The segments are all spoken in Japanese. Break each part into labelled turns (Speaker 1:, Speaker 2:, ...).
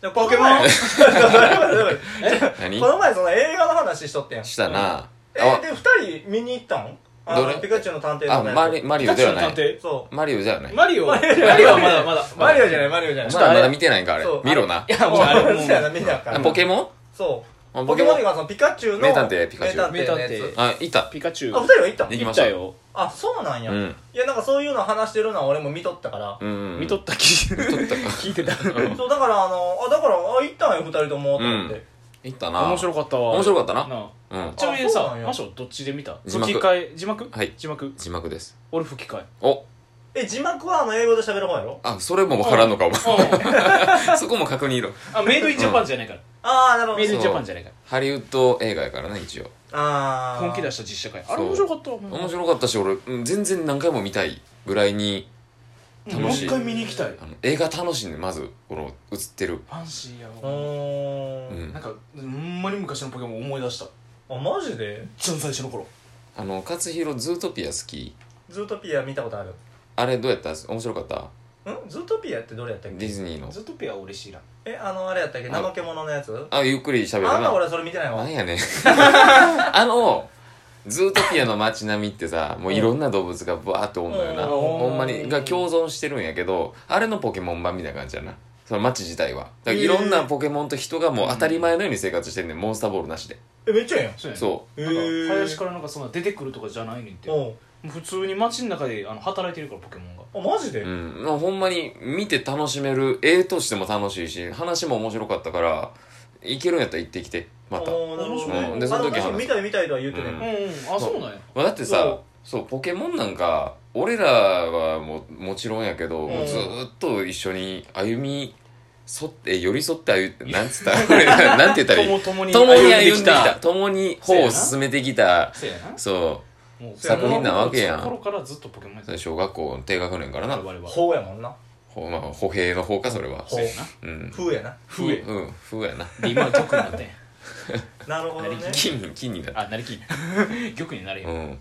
Speaker 1: でもポケモン
Speaker 2: 何
Speaker 1: この前その映画の話しとってん
Speaker 2: したな
Speaker 1: え
Speaker 2: あ
Speaker 1: で二人見に行ったんあ
Speaker 2: どれ
Speaker 1: のピカチュウの探偵
Speaker 2: あ
Speaker 1: の
Speaker 2: マリマリオではな
Speaker 3: ピカチュウ
Speaker 2: い
Speaker 3: の
Speaker 1: そ
Speaker 2: マリオじゃな
Speaker 3: 探
Speaker 2: い
Speaker 3: 偵マリオマ
Speaker 1: マ
Speaker 3: リ
Speaker 1: リ
Speaker 3: オ
Speaker 1: オ
Speaker 3: はまだまだ
Speaker 1: うマリオじ
Speaker 3: ゃ
Speaker 1: ゃ ないマリオじゃない
Speaker 2: まだ
Speaker 3: あ
Speaker 2: ま
Speaker 3: れ
Speaker 2: だ見てないんかあれ
Speaker 1: そう
Speaker 2: 見ろない
Speaker 3: やもうあれも
Speaker 1: そうやな
Speaker 3: う
Speaker 1: 見なあかん
Speaker 2: ポケモ
Speaker 1: そう
Speaker 2: ンあ
Speaker 1: ポ
Speaker 2: ポ
Speaker 1: ケ
Speaker 2: ケ
Speaker 1: モ
Speaker 2: モ
Speaker 1: ンっていう
Speaker 2: ン
Speaker 1: かそのピカチュウの
Speaker 2: 名探偵ピカチュウ
Speaker 1: 名探偵のやつ
Speaker 2: あいた
Speaker 3: ピカチュ
Speaker 1: あ二
Speaker 3: ウ
Speaker 1: 人は行ったの
Speaker 2: 行き
Speaker 3: 行
Speaker 2: ま
Speaker 3: っ
Speaker 2: したた
Speaker 3: よ
Speaker 1: あそうなん
Speaker 2: う
Speaker 1: やい
Speaker 2: ん
Speaker 1: やなんかそういうの話してるのは俺も見とったから
Speaker 2: うんうん
Speaker 3: 見とった聞いて
Speaker 2: った
Speaker 3: 聞いてた
Speaker 1: そうだからあのあだからあ行ったんや二人ともと思って
Speaker 2: 行ったな
Speaker 3: 面白かったわ
Speaker 2: 面白かったな
Speaker 3: な
Speaker 2: うん
Speaker 3: ちなみに
Speaker 1: あそう
Speaker 3: さ
Speaker 1: なんや
Speaker 3: マショどっちで見た
Speaker 2: 字幕
Speaker 3: 吹き替え字幕
Speaker 2: はい
Speaker 3: 字幕
Speaker 2: 字幕です
Speaker 3: 俺吹き替え
Speaker 2: お
Speaker 1: え字幕はあの英語で喋る方やろ
Speaker 2: あそれも分からんのかお前
Speaker 3: うん
Speaker 2: そこも確認いろ
Speaker 3: あメイドインジャパンじゃ ないから
Speaker 1: ああなるほ
Speaker 3: メイ
Speaker 1: ど
Speaker 3: ドインジャパンじゃないから
Speaker 2: ハリウッド映画やからね一応
Speaker 1: ああ
Speaker 3: 本気出
Speaker 1: し
Speaker 3: した実写会
Speaker 2: そう
Speaker 3: あれ面白かった面
Speaker 2: 面白かったし俺うん全然何回も見たいぐらいに
Speaker 3: うん
Speaker 2: 楽しい
Speaker 3: もう一回見に行きたいフ
Speaker 2: あの映画楽しんでまずこの映ってる
Speaker 3: ァンシーや
Speaker 1: う
Speaker 3: わ
Speaker 1: ー
Speaker 2: うんん
Speaker 3: なんかほんまに昔のポケモン思い出した
Speaker 1: あマジで
Speaker 3: 一番最初の頃
Speaker 2: あの勝弘ズートピア好き
Speaker 1: ズートピア見たことある
Speaker 2: あれどうやった面白かった
Speaker 1: んズートピアってどれやったっ
Speaker 2: デ
Speaker 1: け
Speaker 2: ィズニーの
Speaker 3: ズートピアは嬉しいな
Speaker 1: えあのあれやったっけ
Speaker 2: あ
Speaker 1: 怠け者のやつ
Speaker 2: あゆっくり喋る
Speaker 1: あんた
Speaker 2: な
Speaker 1: 俺それ見てないわ
Speaker 2: なんやねん あのズートピアの街並みってさもういろんな動物がバーっておんのよな
Speaker 1: うん
Speaker 2: ほんまにが共存してるんやけどあれのポケモン版みたいな感じやなその街自体はだからいろんなポケモンと人がもう当たり前のように生活してんねんモンスターボールなしで
Speaker 1: えめっちゃええやん
Speaker 3: そう
Speaker 2: そ
Speaker 3: やねなんか
Speaker 1: へー
Speaker 3: 林からなんかそんな出てくるとかじゃないねんて
Speaker 1: おう
Speaker 3: 普通に街の中であの働いてるからポケモンが
Speaker 1: あマジで、
Speaker 2: う、うん、まあほんまに見て楽しめる絵としても楽しいし話も面白かったからいけるんやったら行ってきてまた、
Speaker 1: おーなるほどね
Speaker 2: うんでその
Speaker 1: あ
Speaker 2: 時
Speaker 1: 確か
Speaker 2: 話
Speaker 1: に見たい見たいとは言うてね、
Speaker 2: うん
Speaker 3: うんうんあそうなんや
Speaker 2: まあだって
Speaker 1: そ
Speaker 2: さ
Speaker 1: う
Speaker 2: そうポケモンなんか俺らはももちろんやけど、
Speaker 1: うん
Speaker 2: もうずーっと一緒に歩み沿って寄り添って歩いなんつった らなんて言ったらいい
Speaker 3: 共に
Speaker 2: 共に歩んで
Speaker 3: き
Speaker 2: きた共に歩を進めてきた
Speaker 3: そうやな
Speaker 2: そ
Speaker 3: もう
Speaker 1: 作品
Speaker 2: なわけやん
Speaker 3: その頃からずっとポケモンやっ
Speaker 2: うそ
Speaker 3: てた
Speaker 2: れ小学校の低学年からな
Speaker 3: 我々は
Speaker 1: ほうやもんな
Speaker 2: ほ、まあ、歩兵の方かそれは
Speaker 1: ほ
Speaker 3: そうやな
Speaker 2: うん
Speaker 1: ふうやな
Speaker 3: ふえ
Speaker 2: うんふう やな
Speaker 3: で今は玉になってん
Speaker 1: なるほどね
Speaker 3: なりき
Speaker 2: 金に金になる
Speaker 3: あなりき 玉になれ
Speaker 2: う
Speaker 3: よ
Speaker 2: ん、うん、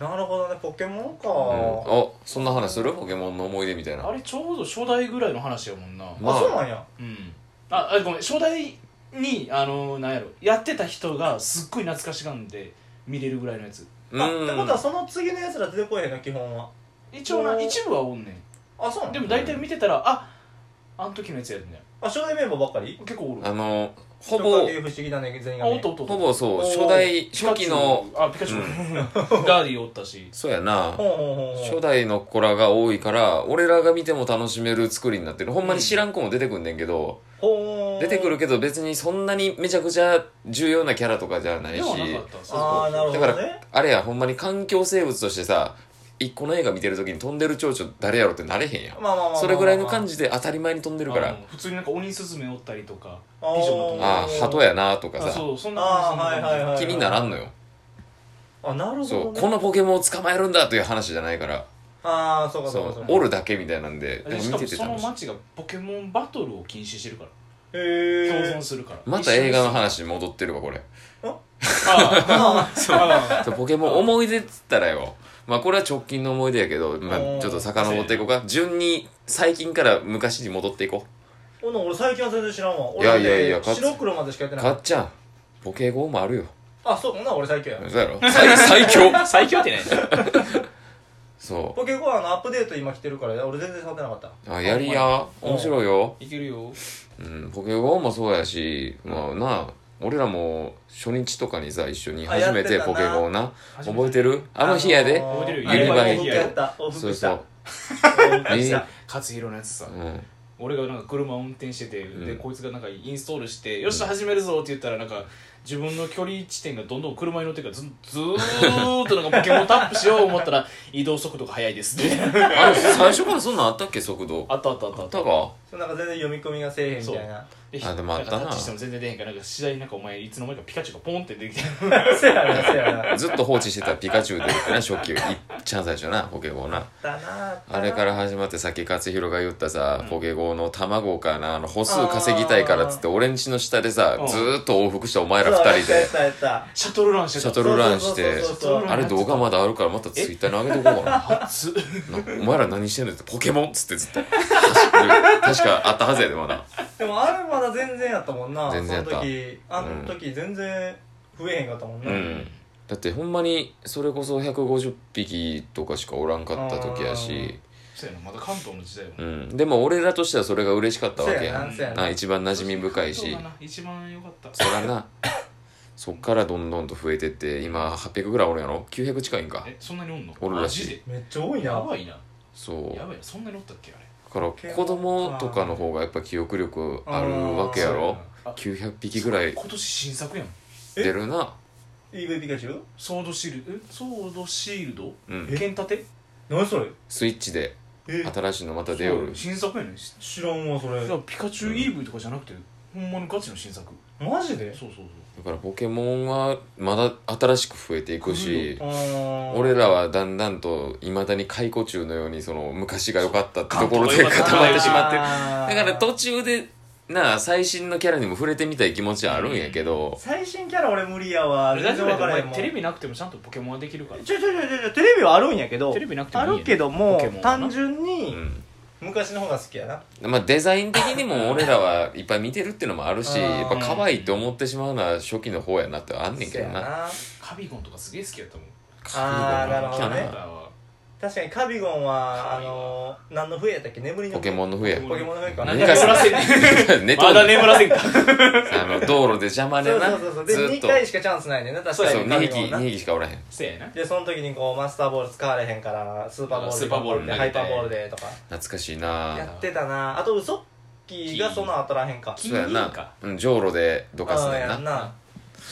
Speaker 1: なるほどねポケモンか、
Speaker 2: あそんな話するポケモンの思い出みたいな
Speaker 3: あれちょうど初代ぐらいの話やもんな
Speaker 2: まあ
Speaker 1: あそうなんや
Speaker 3: うんああごめん初代にあのなんやろやってた人がすっごい懐かしがんで見れるぐらいのやつ
Speaker 2: う
Speaker 1: あってことは
Speaker 2: ん
Speaker 1: その次のやつら出てこえへんな基本は
Speaker 3: 一応
Speaker 1: お
Speaker 3: な
Speaker 1: ー
Speaker 3: 一部はおんねん
Speaker 1: あそうなん
Speaker 3: でも大体見てたら、ああん時のやつやるんだよ
Speaker 1: あ初代メンバーばっかり
Speaker 3: 結構おる
Speaker 2: あ
Speaker 3: あ
Speaker 2: のほ
Speaker 1: 人
Speaker 2: ぼ
Speaker 1: 影不思議だね全員が、
Speaker 3: おっ
Speaker 1: ね
Speaker 3: と、おっとおっと
Speaker 2: ほぼそう
Speaker 1: おー
Speaker 2: 初代初
Speaker 3: ピカチュウ
Speaker 2: 期の
Speaker 3: あピカチュウ ガーディおったし
Speaker 2: そうやな
Speaker 1: ほうほうほうほう
Speaker 2: 初代の子らが多いから俺らが見ても楽しめる作りになってるほんまに知らん子も出てくんねんけど、
Speaker 1: ほう
Speaker 2: 出てくるけど別にそんなにめちゃくちゃ重要なキャラとかじゃない
Speaker 3: で
Speaker 2: し
Speaker 3: はなかったそう
Speaker 1: ああなるほど
Speaker 2: だか
Speaker 1: ね
Speaker 2: らあれやほんまに環境生物としてさ一個の映画見てる時に飛んでる蝶々誰やろってなれへんやん
Speaker 1: まあまあまあまあまあ
Speaker 2: それぐらいの感じで当たり前に飛んでるか
Speaker 3: あ
Speaker 2: ら
Speaker 3: の普通になんか鬼スズメおったりとか
Speaker 1: あー
Speaker 3: 美女の友
Speaker 2: ああ
Speaker 3: 達
Speaker 2: 鳩やなとか
Speaker 3: あ
Speaker 2: さ
Speaker 3: そうそんな
Speaker 1: あ
Speaker 3: 感
Speaker 1: あはい
Speaker 3: じ
Speaker 1: はいはい、はい、
Speaker 2: 気にならんのよ
Speaker 1: あなるほど、ね、
Speaker 2: そうこのポケモンを捕まえるんだという話じゃないから
Speaker 1: ああそうか
Speaker 2: そ
Speaker 1: そうかそう
Speaker 2: う
Speaker 1: か
Speaker 2: おるだけみたいなんで
Speaker 3: でし
Speaker 2: 見
Speaker 3: か
Speaker 2: て
Speaker 3: も
Speaker 2: て
Speaker 3: その
Speaker 2: 楽しい
Speaker 3: 町がポケモンバトルを禁止してるから
Speaker 1: へ
Speaker 3: 共
Speaker 1: え
Speaker 3: 存するから
Speaker 2: また映画の話に戻ってるわこれ
Speaker 3: ああそうあ
Speaker 2: そうポケモン思い出っつったらよまあこれは直近の思い出やけど、まあ、
Speaker 1: おー
Speaker 2: ちょっと遡っていこうか順に最近から昔に戻っていこ
Speaker 1: ほな俺最近は全然知らんわ
Speaker 2: いやいやいや
Speaker 1: 俺だって白黒までしかやって
Speaker 2: う
Speaker 1: な
Speaker 2: か
Speaker 1: い
Speaker 2: っちゃんポケゴーもあるよ
Speaker 1: あそうほんなら俺最強や
Speaker 2: そうやろ最 最強
Speaker 3: あ 最強ってね
Speaker 2: そ
Speaker 1: ポケコアのアップデート今来てるから俺全然触ってなかった
Speaker 2: うあやりや
Speaker 1: うん
Speaker 2: 面白いよ、
Speaker 3: いけるよ
Speaker 2: うん、ポケゴーもそうやしまあなあ俺らも初日とかにさ一緒に
Speaker 1: あや
Speaker 2: 初
Speaker 1: って
Speaker 2: め
Speaker 1: た
Speaker 2: て
Speaker 1: な
Speaker 2: ポケゴーな覚えてるあの日やで、
Speaker 1: 覚
Speaker 3: 覚
Speaker 1: えて
Speaker 3: えて
Speaker 1: る
Speaker 3: る
Speaker 1: よ
Speaker 3: よ
Speaker 1: ユ
Speaker 2: ユ
Speaker 1: ニ
Speaker 2: ニ
Speaker 1: バ
Speaker 2: バ
Speaker 1: ー
Speaker 2: ー
Speaker 1: イ往復
Speaker 2: イヒーロー
Speaker 1: やった往
Speaker 2: そ
Speaker 1: 復
Speaker 2: う
Speaker 1: し
Speaker 2: そ
Speaker 1: た
Speaker 2: う
Speaker 1: 往復し
Speaker 2: え
Speaker 1: た
Speaker 3: 勝弘のやつさ
Speaker 2: うん
Speaker 3: 俺がなんか車運転してて、
Speaker 2: うん
Speaker 3: でこいつがなんかインストールして「よし始めるぞ」って言ったらなんか自分の距離地点がどんどん車に乗ってるからずずーっとなんかポケモンタップしよう思ったら 移動速度が速いです ね
Speaker 2: あれ最初からそんなんあったっけ速度あっ
Speaker 3: あったあったあったあった
Speaker 2: たか
Speaker 1: そうなんか全然読み込みがせえへんみたいな
Speaker 3: で
Speaker 2: あでもあったなん
Speaker 3: かタッチしても全然出へんからなんか次第になんかお前いつの間にかピカチュウがポンって出てきて
Speaker 1: せやなせやな
Speaker 2: ずっと放置してたピカチュウでってな初期いっちゃん最初なポケゴーな
Speaker 1: だなあ
Speaker 2: あれから始まってさっき勝弘が言ったさ、
Speaker 3: うん
Speaker 2: ポケゴーの卵かなあの歩数稼ぎたいからっつって俺んちの下でさ、
Speaker 3: うん
Speaker 2: ずーっと往復したお前ら
Speaker 1: そう
Speaker 2: 二人
Speaker 1: や
Speaker 2: で
Speaker 1: ったやったやった
Speaker 3: シャトルランしてた
Speaker 2: シャトルラ
Speaker 1: そ
Speaker 2: ン
Speaker 1: う
Speaker 2: し
Speaker 1: そう
Speaker 2: て
Speaker 1: そうそう
Speaker 3: ル
Speaker 2: あれ動画まだあるからまたツイッターに上げとこうか
Speaker 3: 熱っ
Speaker 2: ななお前ら何してんのってポケモンっつってずっと走ってる確かあったはずやでまだ
Speaker 1: でもあれまだ全然やったもんな
Speaker 2: 全然やった
Speaker 1: その時あの時全然増えへんかったもんな、
Speaker 2: うんだってほんまにそれこそ150匹とかしかおらんかった時やし、
Speaker 3: そうやなまだ関東の時代も
Speaker 2: うん、でも俺らとしてはそれが嬉しかったわけや
Speaker 1: そうや
Speaker 2: ん
Speaker 1: な
Speaker 2: な一番馴染み深い
Speaker 3: そう
Speaker 2: し
Speaker 3: だな一番良かった
Speaker 2: そらなそっからどんどんと増えてって今800ぐらいおるんやろ900近いんか
Speaker 3: えそんなにおんの
Speaker 2: おるらしい
Speaker 3: マジで
Speaker 1: めっちゃ多いな
Speaker 3: やばいな
Speaker 2: そう
Speaker 3: やばいなそんなにおったっけあれ
Speaker 2: だから子供とかの方がやっぱ記憶力あるわけやろ
Speaker 3: あ
Speaker 2: 900匹ぐらい
Speaker 3: 今年新作やん
Speaker 2: 出るな
Speaker 1: EV ピカチュウ
Speaker 3: ソードシールえソードシールド
Speaker 2: うん
Speaker 3: 剣盾
Speaker 1: 何それ
Speaker 2: スイッチで
Speaker 1: え
Speaker 2: 新しいのまた出よる
Speaker 3: 新作やねんじ
Speaker 1: 知らんわそれ
Speaker 3: ゃあピカチュウ EV とかじゃなくてほんまのガチの新作
Speaker 1: マジで
Speaker 3: そうそうそう
Speaker 2: だからポケモンはまだ新しく増えていくし
Speaker 1: あー
Speaker 2: 俺らはだんだんといまだに解雇中のようにその昔が良かったってところ
Speaker 3: そ
Speaker 2: で
Speaker 3: う
Speaker 2: 固まってしまってる
Speaker 1: あ
Speaker 2: だ
Speaker 1: ー
Speaker 2: から途中でなあ最新のキャラにも触れてみたい気持ちはあるんやけど
Speaker 1: 最新キャラ俺無理やわ
Speaker 3: あれ
Speaker 1: 全
Speaker 3: 大丈
Speaker 1: 然
Speaker 3: 夫
Speaker 1: 分
Speaker 3: や
Speaker 1: から
Speaker 3: で
Speaker 1: へん
Speaker 3: お
Speaker 1: もん
Speaker 3: 前テレビなくてもちゃんとポケモンはできるから
Speaker 1: ちょちょちょちょテレビはあるんやけど
Speaker 3: テレビなくても
Speaker 1: あ
Speaker 3: いいやん
Speaker 1: るけど
Speaker 3: ポ
Speaker 1: も
Speaker 3: ケモンはな
Speaker 1: 単純
Speaker 2: う
Speaker 1: に
Speaker 2: ん
Speaker 1: 昔の方が好きやな
Speaker 2: まあデザイン的にも俺らはいっぱい見てるっていうのもあるし
Speaker 1: あー
Speaker 2: やっぱ可愛いって思ってしまうのは初期の方やなってあんねんけど
Speaker 1: そや
Speaker 2: な
Speaker 3: カビゴンとかすげえ好きやったもん
Speaker 1: あーなるほどね
Speaker 2: キャラ
Speaker 1: 確かにカビゴンは
Speaker 3: カ
Speaker 1: あ
Speaker 3: ビゴン
Speaker 1: のー何の笛やったっけ眠りの
Speaker 2: ポケ
Speaker 1: 笛
Speaker 2: モン の笛
Speaker 1: ポケモンの笛かな
Speaker 3: な
Speaker 1: ん
Speaker 2: ね
Speaker 3: か眠らせん
Speaker 2: 寝と
Speaker 3: ま
Speaker 2: ん
Speaker 3: だ
Speaker 2: ねん
Speaker 3: 眠らせんか
Speaker 2: あの道路で邪魔
Speaker 1: そ
Speaker 2: で
Speaker 1: う
Speaker 2: な
Speaker 1: そうそうそう
Speaker 2: ず
Speaker 1: で
Speaker 2: っ
Speaker 1: 2
Speaker 2: と
Speaker 1: 回しかチャンスないねんな確
Speaker 2: そう
Speaker 1: か
Speaker 2: そう
Speaker 1: に
Speaker 2: 2
Speaker 1: カビ
Speaker 2: 匹
Speaker 1: ゴンな
Speaker 2: 2匹しかおらへん
Speaker 3: せやな
Speaker 1: でその時にこうマスターボール使われへんからスーパーボールで
Speaker 3: スーパーボール
Speaker 1: で
Speaker 3: 投
Speaker 1: ハ
Speaker 3: げ
Speaker 1: イ
Speaker 3: て
Speaker 1: パーボールでとか
Speaker 2: 懐かしいな
Speaker 1: やってたなあとウソッキーがそんなん当たらへんか
Speaker 3: キ
Speaker 2: そうや
Speaker 3: 金銀か
Speaker 2: なうん上路でどかす
Speaker 1: あー
Speaker 2: ねん
Speaker 1: や
Speaker 2: なん
Speaker 1: な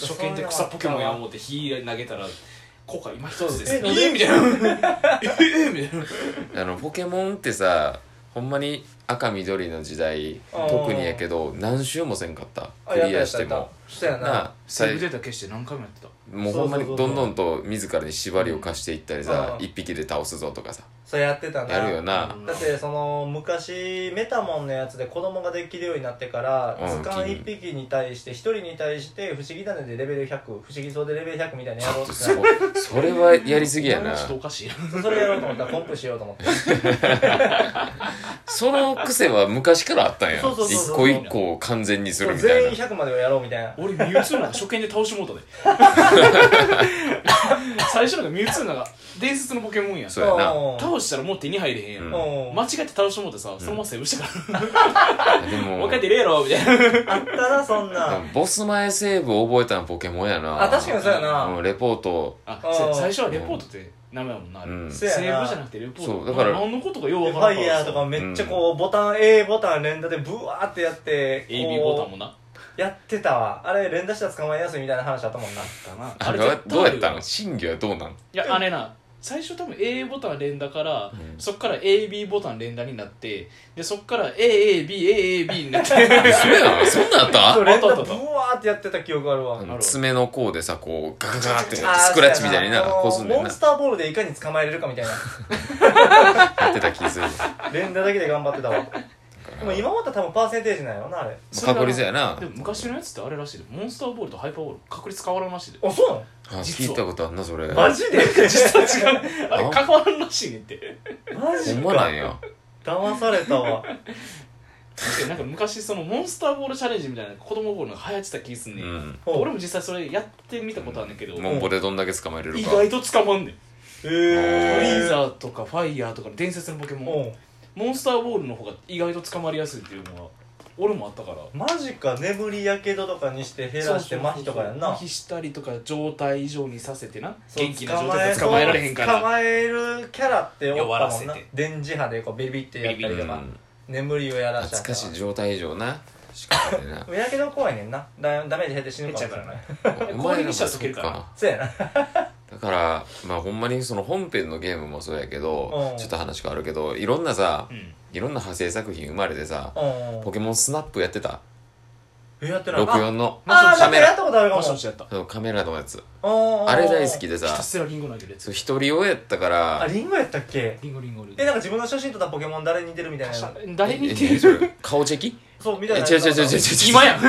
Speaker 3: 初見で草ポケモンや思うて火投げたら効果今一つです
Speaker 1: そう
Speaker 3: え
Speaker 1: です
Speaker 3: えみたいなええみたいな
Speaker 2: あのポケモンってさほんまに赤緑の時代
Speaker 1: あー
Speaker 2: 特にやけど何周もせんかった
Speaker 1: あや
Speaker 2: ク
Speaker 1: った
Speaker 2: リアして
Speaker 1: やったやっ
Speaker 2: も
Speaker 1: たそうや
Speaker 2: な
Speaker 1: な
Speaker 2: あ
Speaker 3: セーブ
Speaker 2: 最
Speaker 3: データ消して何回もやってた
Speaker 2: もうほんまに
Speaker 1: そうそうそう
Speaker 2: どんどんと自らに縛りを貸していったりさ
Speaker 1: うん
Speaker 2: 一匹で倒すぞとかさ
Speaker 1: そうやってたな
Speaker 2: やるよな
Speaker 1: だってその昔メタモンのやつで子供ができるようになってから
Speaker 2: うん
Speaker 1: 図鑑1匹に対して1人に対して不思議種でレベル100不思議そうでレベル100みたいなやろうってな
Speaker 2: そそれはやりすぎや
Speaker 3: お前
Speaker 2: な
Speaker 3: はちょっとおかしいな
Speaker 1: それやろうと思ったらコンプしようと思って
Speaker 2: その癖は昔からあったんや
Speaker 1: そうそうそう
Speaker 2: 一
Speaker 1: そう
Speaker 2: 個一個を完全にするみた
Speaker 1: 全員
Speaker 2: いな
Speaker 1: 100まではやろうみたいな
Speaker 3: 俺ミュウツーなんか初見で倒してもうたで最初なんかミュウツーなんか伝説のポケモンやん
Speaker 2: そうやな
Speaker 1: うん
Speaker 3: 倒したらもう手に入れへんやん、
Speaker 2: うん
Speaker 1: うん
Speaker 3: 間違って倒してもうてさそのままセーブしたから、
Speaker 2: でも
Speaker 3: もう一回出れやろみたいな
Speaker 1: あったなそん
Speaker 2: で
Speaker 1: な
Speaker 2: もボス前セーブ覚えたのポケモンやな
Speaker 1: あ確かにそうや
Speaker 2: う
Speaker 1: なん
Speaker 2: レポート
Speaker 3: あ
Speaker 1: あー
Speaker 3: そうや最初はレポートって名前やもんなあれ、
Speaker 2: うん
Speaker 1: そ
Speaker 3: セ
Speaker 1: うや
Speaker 3: ー
Speaker 1: な
Speaker 3: ブじゃなくてレポート
Speaker 2: そうだから
Speaker 3: 何のことかよう
Speaker 1: フ
Speaker 3: わからん
Speaker 1: ァイヤーとか
Speaker 3: も
Speaker 1: めっちゃこうボタン A ボタン連打でブワーってやって
Speaker 3: AB ボタン
Speaker 1: も
Speaker 3: もな
Speaker 1: やってたわあれ連打したら捕まえやすいみたいな話あったもんな
Speaker 3: だな
Speaker 2: あれはどうやった
Speaker 3: い
Speaker 2: の真偽はどうなの
Speaker 3: やあれな最初多分 A ボタン連打から、
Speaker 2: うん
Speaker 3: そっから AB ボタン連打になってでそっから AABAAB になって
Speaker 2: そうやんそんなんあった
Speaker 1: そう連打
Speaker 3: あ
Speaker 1: ブ
Speaker 3: ったあった
Speaker 1: ワーってやってた記憶あるわ
Speaker 2: あ
Speaker 3: なる
Speaker 2: の
Speaker 3: ほど
Speaker 2: 爪の甲でさこうガガガって
Speaker 1: あー
Speaker 2: スクラッチみたいにな
Speaker 1: そうやな
Speaker 2: こうすんねん
Speaker 1: モ
Speaker 2: な
Speaker 1: ンスターボールでいかに捕まえれるかみた い
Speaker 2: やってた気する
Speaker 1: な連打だけで頑張ってたわでも今思ったら多分パーセンテージなんやろなあれ
Speaker 3: それが
Speaker 2: 確率やな
Speaker 3: でも昔のやつってあれらしいでモンスターボールとハイパーボール確率変わらんらしいで
Speaker 1: あそう
Speaker 2: あ
Speaker 3: 実
Speaker 2: 聞
Speaker 3: はい
Speaker 2: たことあんなそれ
Speaker 1: なのマジで
Speaker 3: 実は違うあれ変わらんらしいねんって
Speaker 1: マ
Speaker 2: ほ
Speaker 1: ジ
Speaker 2: んまな
Speaker 1: か
Speaker 2: んや
Speaker 1: 騙された わ
Speaker 3: 確かになんか昔そのモンスターボールチャレンジみたいな子供の頃なんか流行ってた気すん
Speaker 2: う
Speaker 3: ねん、
Speaker 2: ん
Speaker 3: 俺も実際それやってみたことあるんだけど、
Speaker 2: モンボでどんだけ捕まえれる
Speaker 3: 意
Speaker 2: か
Speaker 3: 外と捕まんねん
Speaker 1: え
Speaker 3: フリ
Speaker 1: ー
Speaker 3: ーザーとかファイヤーとかの伝説のポケモン
Speaker 1: おう
Speaker 3: モンスターボールの方が意外と捕まりやすいっていうのは俺もあったから
Speaker 1: マジか眠りやけどとかにして減らして麻痺とかやんな
Speaker 3: 麻痺したりとか状態異常にさせてな
Speaker 1: そう
Speaker 3: 元気な状態で捕まえられへんか
Speaker 1: 捕
Speaker 3: ら
Speaker 1: まえるキャラっておったもん
Speaker 3: 弱ら
Speaker 1: な
Speaker 3: せて
Speaker 1: 電磁波でこうビリビリってやったりと
Speaker 2: う
Speaker 1: か
Speaker 2: ん
Speaker 1: 眠りをやらしちゃっ
Speaker 2: 懐
Speaker 1: た
Speaker 2: か
Speaker 1: わ
Speaker 2: しい状態異常な仕方で な
Speaker 1: でもやけど怖いねんなだダメージ減って死ぬ
Speaker 3: めっ
Speaker 1: か
Speaker 3: ち
Speaker 1: も
Speaker 3: ゃ
Speaker 1: しれ
Speaker 3: か
Speaker 1: な
Speaker 3: ら
Speaker 1: い
Speaker 3: ない
Speaker 2: お
Speaker 3: 攻
Speaker 2: 前ら
Speaker 3: 撃
Speaker 2: も
Speaker 3: したら溶けるから
Speaker 2: そっ
Speaker 1: そうやな
Speaker 2: だからまあほんまにその本編のゲームもそうやけど
Speaker 1: うん
Speaker 2: ちょっと話変わるけどいろんなさ
Speaker 3: うん
Speaker 2: いろんな派生作品生まれてさ
Speaker 1: う
Speaker 2: ポケモンスナップやってた
Speaker 1: んえやってない
Speaker 2: 64の
Speaker 1: ああーな
Speaker 2: カ
Speaker 1: んか
Speaker 2: メ
Speaker 1: や
Speaker 2: ラ
Speaker 1: ったことあるか
Speaker 3: マ
Speaker 1: も
Speaker 3: ションしやった
Speaker 2: そのカメラのやつあ
Speaker 1: あ
Speaker 2: れ大好き
Speaker 1: で
Speaker 2: で
Speaker 3: ひ
Speaker 2: さ
Speaker 3: たすらリンゴ投げるやつ
Speaker 2: そう一人親やったか
Speaker 1: あ
Speaker 2: ら
Speaker 1: リンゴやったっけ
Speaker 3: リンゴリンゴリンゴ
Speaker 1: えなんか自分の写真撮ったポケモン誰に似てるみたいな
Speaker 3: 誰に似て
Speaker 2: ええ
Speaker 3: る
Speaker 2: それ顔チェキ
Speaker 1: そうみ
Speaker 2: え
Speaker 1: たいな
Speaker 2: 違う違う違う 違う違う
Speaker 3: 今やん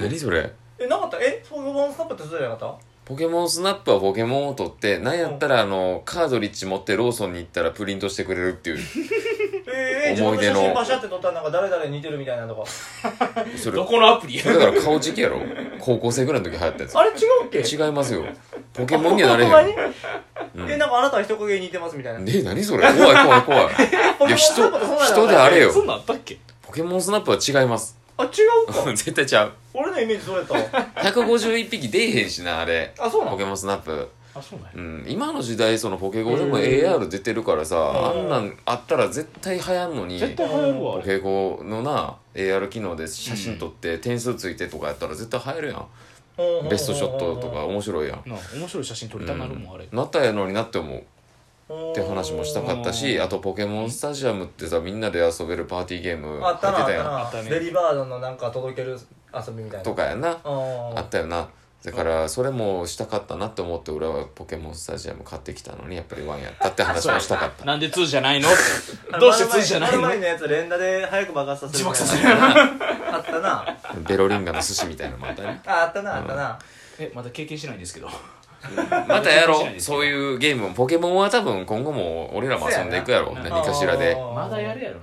Speaker 2: 何それ
Speaker 1: えなかったえポケモンスナップってそうじゃなかっ
Speaker 2: ポケモンスナップはポケモンを 取ってなんやったらあのカードリッジ持ってローソンに行ったらプリントしてくれるっていう
Speaker 1: たえええ自
Speaker 2: 思
Speaker 1: 分
Speaker 2: い
Speaker 1: の
Speaker 2: 出
Speaker 1: 写
Speaker 2: の
Speaker 1: 真パシャって撮ったらなんか誰々に似てるみたいなとか
Speaker 2: それ
Speaker 3: どこのアプリや
Speaker 2: だから顔時期やろ高校生ぐらいの時流行ったやつ
Speaker 1: あれ違うっけ
Speaker 2: 違いますよポケモンにはなれへ
Speaker 1: ほんまに
Speaker 2: ん、うん
Speaker 1: えなんかあなたは人影に似てますみたいな
Speaker 2: え何それ怖い怖い怖い
Speaker 1: ポ
Speaker 2: い
Speaker 1: ケモ
Speaker 2: や
Speaker 1: ンスナップってそんなの
Speaker 2: 人人であれよ
Speaker 3: そんなんあったっけ
Speaker 2: ポケモンスナップは違います
Speaker 1: あ違うか
Speaker 2: 絶対ちゃう
Speaker 1: 俺のイメージどうやったわ
Speaker 2: 151匹出えへんしなあれ
Speaker 1: あそうな
Speaker 2: ポ
Speaker 1: の
Speaker 2: ケモンスナップ、
Speaker 3: あそうなんや
Speaker 2: うん、今の時代そのポケゴでも
Speaker 1: うん
Speaker 2: AR 出てるからさあ
Speaker 1: うん
Speaker 2: んなんあったら絶対流行んのに
Speaker 3: 絶対流行るわ
Speaker 2: ポ
Speaker 3: あ
Speaker 2: ケ
Speaker 3: れ
Speaker 2: ゴのな AR 機能で写真撮って点数ついてとかやったら絶対流行るやんベストショットとか面白いやん
Speaker 3: なあ面白い写真撮りたなるもんあれ
Speaker 2: なったやのになって思う
Speaker 1: っ
Speaker 2: って話もしたかったし
Speaker 3: うん
Speaker 2: あとポケモンスタジアムってさみんなで遊べるパーティーゲーム
Speaker 1: あったな
Speaker 2: 入
Speaker 1: あ
Speaker 2: っ
Speaker 1: ってたな
Speaker 2: た
Speaker 3: あったね
Speaker 1: ベリーバードのなんか届ける遊びみたいな
Speaker 2: やんとかやなあ
Speaker 1: あ
Speaker 2: ったよなだからそれもしたかったなって思って俺はポケモンスタジアム買ってきたのにやっぱりワンやったって話もしたかっ た
Speaker 3: なんで2じゃないのどうして2じゃない
Speaker 1: の前
Speaker 3: の
Speaker 1: のやつ連打で早く爆発させる
Speaker 3: 自
Speaker 1: み
Speaker 3: 爆
Speaker 1: たい
Speaker 3: させ
Speaker 1: な
Speaker 3: る
Speaker 1: あったな
Speaker 2: ベロリンガの寿司みたいなのもあっ たね
Speaker 1: ああったなあったな
Speaker 3: えまだ経験してないんですけど
Speaker 2: またやろ
Speaker 3: 面白いで
Speaker 2: う
Speaker 3: すよ
Speaker 2: そういうゲームもポケモンは多分今後も俺らも遊んでいくやろう
Speaker 3: そうやな
Speaker 2: 何かしらで
Speaker 1: あー
Speaker 3: まだやれやろな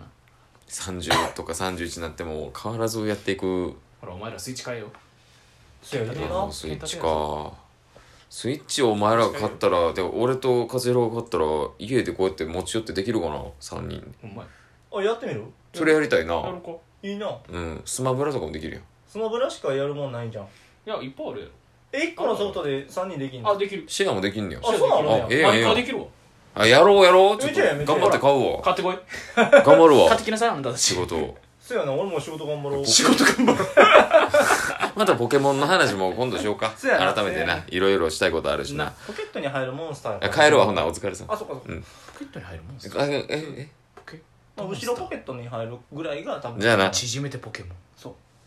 Speaker 2: 30とか31になっても変わらずやっていく
Speaker 3: ほらお前らスイッチ変えよう
Speaker 1: そうや
Speaker 2: あ
Speaker 1: な
Speaker 2: のスイッチ
Speaker 3: ケンタ
Speaker 2: かスイッチをお前らが買ったらで俺と和弘が買ったら家でこうやって持ち寄ってできるかな3人
Speaker 3: ほんまや
Speaker 1: あやってみる
Speaker 2: それやりたい
Speaker 3: やろ
Speaker 2: な
Speaker 3: うか
Speaker 1: いいな
Speaker 2: うんスマブラとかもできるよ
Speaker 1: スマブラしかやるもんないんじゃん
Speaker 3: いやいっぱいあるや
Speaker 1: え1個のソフトで3人できん
Speaker 3: ろあ
Speaker 1: の
Speaker 3: できる
Speaker 2: シェアもできんねや
Speaker 1: あそうなの
Speaker 2: あええやんええやん
Speaker 3: あできるわ
Speaker 2: あやろうやろうちょっ
Speaker 1: めち
Speaker 2: と
Speaker 1: ゃやめちゃ
Speaker 2: 頑
Speaker 1: や
Speaker 2: 張って買うわ
Speaker 3: 買ってこい
Speaker 2: 頑張る
Speaker 3: 買っ
Speaker 2: わ
Speaker 3: てきなさいあんたた
Speaker 2: 仕
Speaker 3: ち
Speaker 2: 事を
Speaker 1: そうやな俺も仕事頑張ろ う
Speaker 3: 仕事頑張ろ
Speaker 2: またポケモンの話も今度しよう か
Speaker 1: そうやな
Speaker 2: 改めて
Speaker 1: そうや
Speaker 2: な
Speaker 1: ない
Speaker 2: ろいろしたいことあるしな
Speaker 1: ポケットに入るモンスターやから
Speaker 2: 帰るわほなお疲れさん
Speaker 1: あそっかそっか
Speaker 3: ポケットに入るもんす
Speaker 2: あええ
Speaker 3: ポケ
Speaker 1: まあ後ろポケットに入るぐらいが多分
Speaker 2: じゃあな
Speaker 3: 縮めてポケモン
Speaker 1: そう